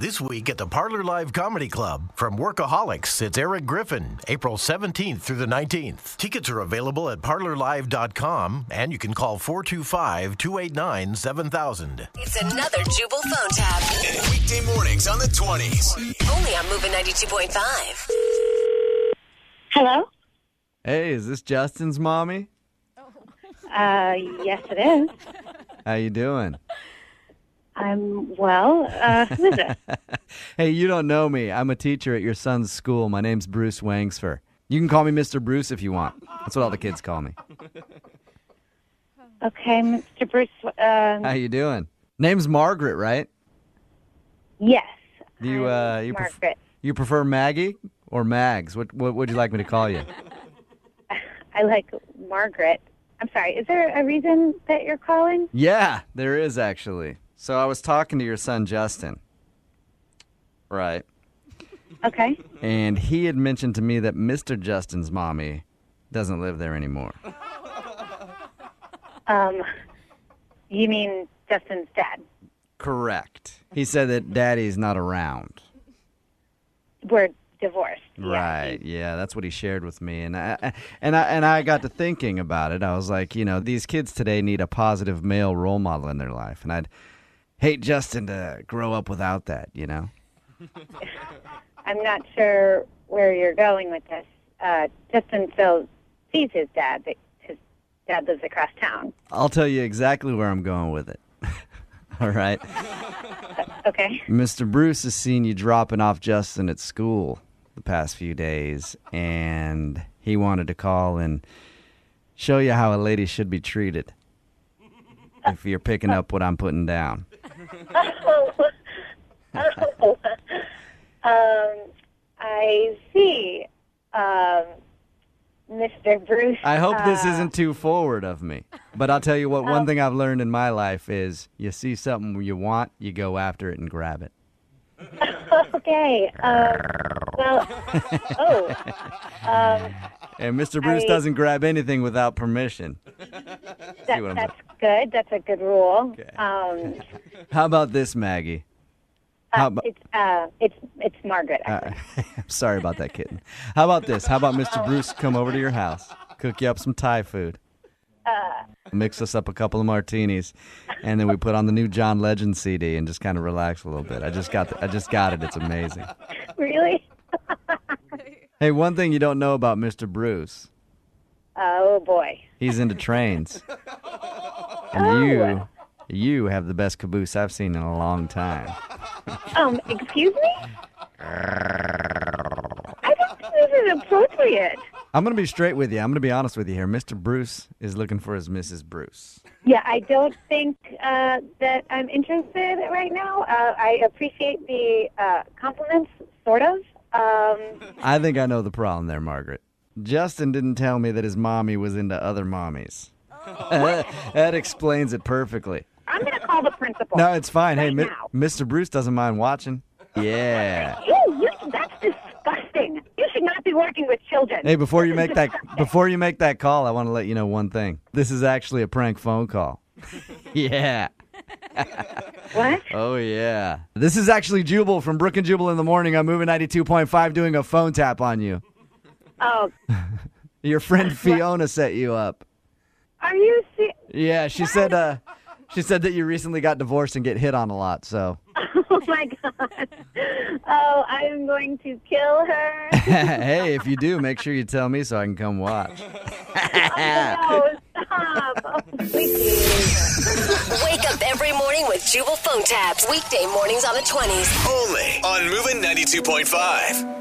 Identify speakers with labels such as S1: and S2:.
S1: This week at the Parlor Live Comedy Club from Workaholics, it's Eric Griffin, April 17th through the 19th. Tickets are available at parlorlive.com and you can call 425 289 7000.
S2: It's another Jubal phone tab.
S3: Weekday mornings on the 20s.
S2: Only on Moving 92.5.
S4: Hello.
S5: Hey, is this Justin's mommy?
S4: Uh, yes, it is.
S5: How you doing?
S4: I'm well. Uh, who is it?
S5: Hey, you don't know me. I'm a teacher at your son's school. My name's Bruce Wangsfer. You can call me Mr. Bruce if you want. That's what all the kids call me.
S4: Okay, Mr. Bruce. Um,
S5: How you doing? Name's Margaret, right?
S4: yes.
S5: Do you uh
S4: I'm
S5: you pref-
S4: Margaret.
S5: you prefer Maggie or Mags? What what would you like me to call you?
S4: I like Margaret. I'm sorry. Is there a reason that you're calling?
S5: Yeah, there is actually. So I was talking to your son Justin. Right.
S4: Okay.
S5: And he had mentioned to me that Mr. Justin's mommy doesn't live there anymore.
S4: Um, you mean Justin's dad?
S5: Correct. He said that daddy's not around.
S4: We're divorced. Yeah.
S5: Right. Yeah, that's what he shared with me, and I, I- and I and I got to thinking about it. I was like, you know, these kids today need a positive male role model in their life, and I'd hate Justin to grow up without that. You know.
S4: I'm not sure where you're going with this. Uh, Justin still sees his dad. But his dad lives across town.
S5: I'll tell you exactly where I'm going with it. All right.
S4: Okay.
S5: Mr. Bruce has seen you dropping off Justin at school the past few days, and he wanted to call and show you how a lady should be treated if you're picking up what I'm putting down.
S4: Um, I see. Um, Mr. Bruce.
S5: I hope this
S4: uh, Oh.
S5: isn't too forward of me, but I'll tell you what, one thing I've learned in my life is you see something you want, you go after it and grab it.
S4: Okay. Um, well, oh,
S5: And Mr. Bruce
S4: I-
S5: doesn't grab anything without permission.
S4: that,
S5: what I'm
S4: that's good. That's a good rule.
S5: Okay.
S4: Um,
S5: How about this, Maggie?
S4: uh,
S5: How about-
S4: it's, uh, it's, it's Margaret.
S5: Uh, I'm sorry about that kitten. How about this? How about Mr. Bruce come over to your house, cook you up some Thai food,
S4: Uh.
S5: mix us up a couple of martinis, and then we put on the new John Legend CD and just kind of relax a little bit. I just got the, I just got it. It's amazing.
S4: really?
S5: Hey, one thing you don't know about Mr. Bruce,
S4: Oh, boy.
S5: he's into trains, and you you have the best caboose I've seen in a long time.
S4: Um, excuse me? I don't think this is appropriate.
S5: I'm gonna be straight with you. I'm gonna be honest with you here. Mr. Bruce is looking for his Mrs. Bruce.
S4: Yeah, I don't think uh, that I'm interested right now. Uh, I appreciate the uh, compliments, sort of. Um,
S5: I think I know the problem there, Margaret. Justin didn't tell me that his mommy was into other mommies. that explains it perfectly.
S4: I'm going to call the principal.
S5: No, it's fine. Hey,
S4: Right
S5: Mi-
S4: now.
S5: Mr. Bruce doesn't mind watching. Yeah.
S4: Ew, you, that's disgusting. You should not be working with children.
S5: Hey, before you make that before you make that call, I want to let you know one thing. This is actually a prank phone call. yeah.
S4: What?
S5: Oh yeah. This is actually Jubal from Brook and Jubal in the morning. I'm moving 92.5 doing a phone tap on you.
S4: Oh,
S5: Your friend Fiona set you up.
S4: are you serious?
S5: Yeah, she said uh she said that you recently got divorced and get hit on a lot, so
S4: Oh, my God. Oh, I am going to kill her.
S5: hey, if you do, make sure you tell me so I can come watch.
S4: Oh, stop. Oh, please.
S2: Wake up every morning with Jubal phone tabs. Weekday mornings on the 20s.
S3: Only on Moving 92.5.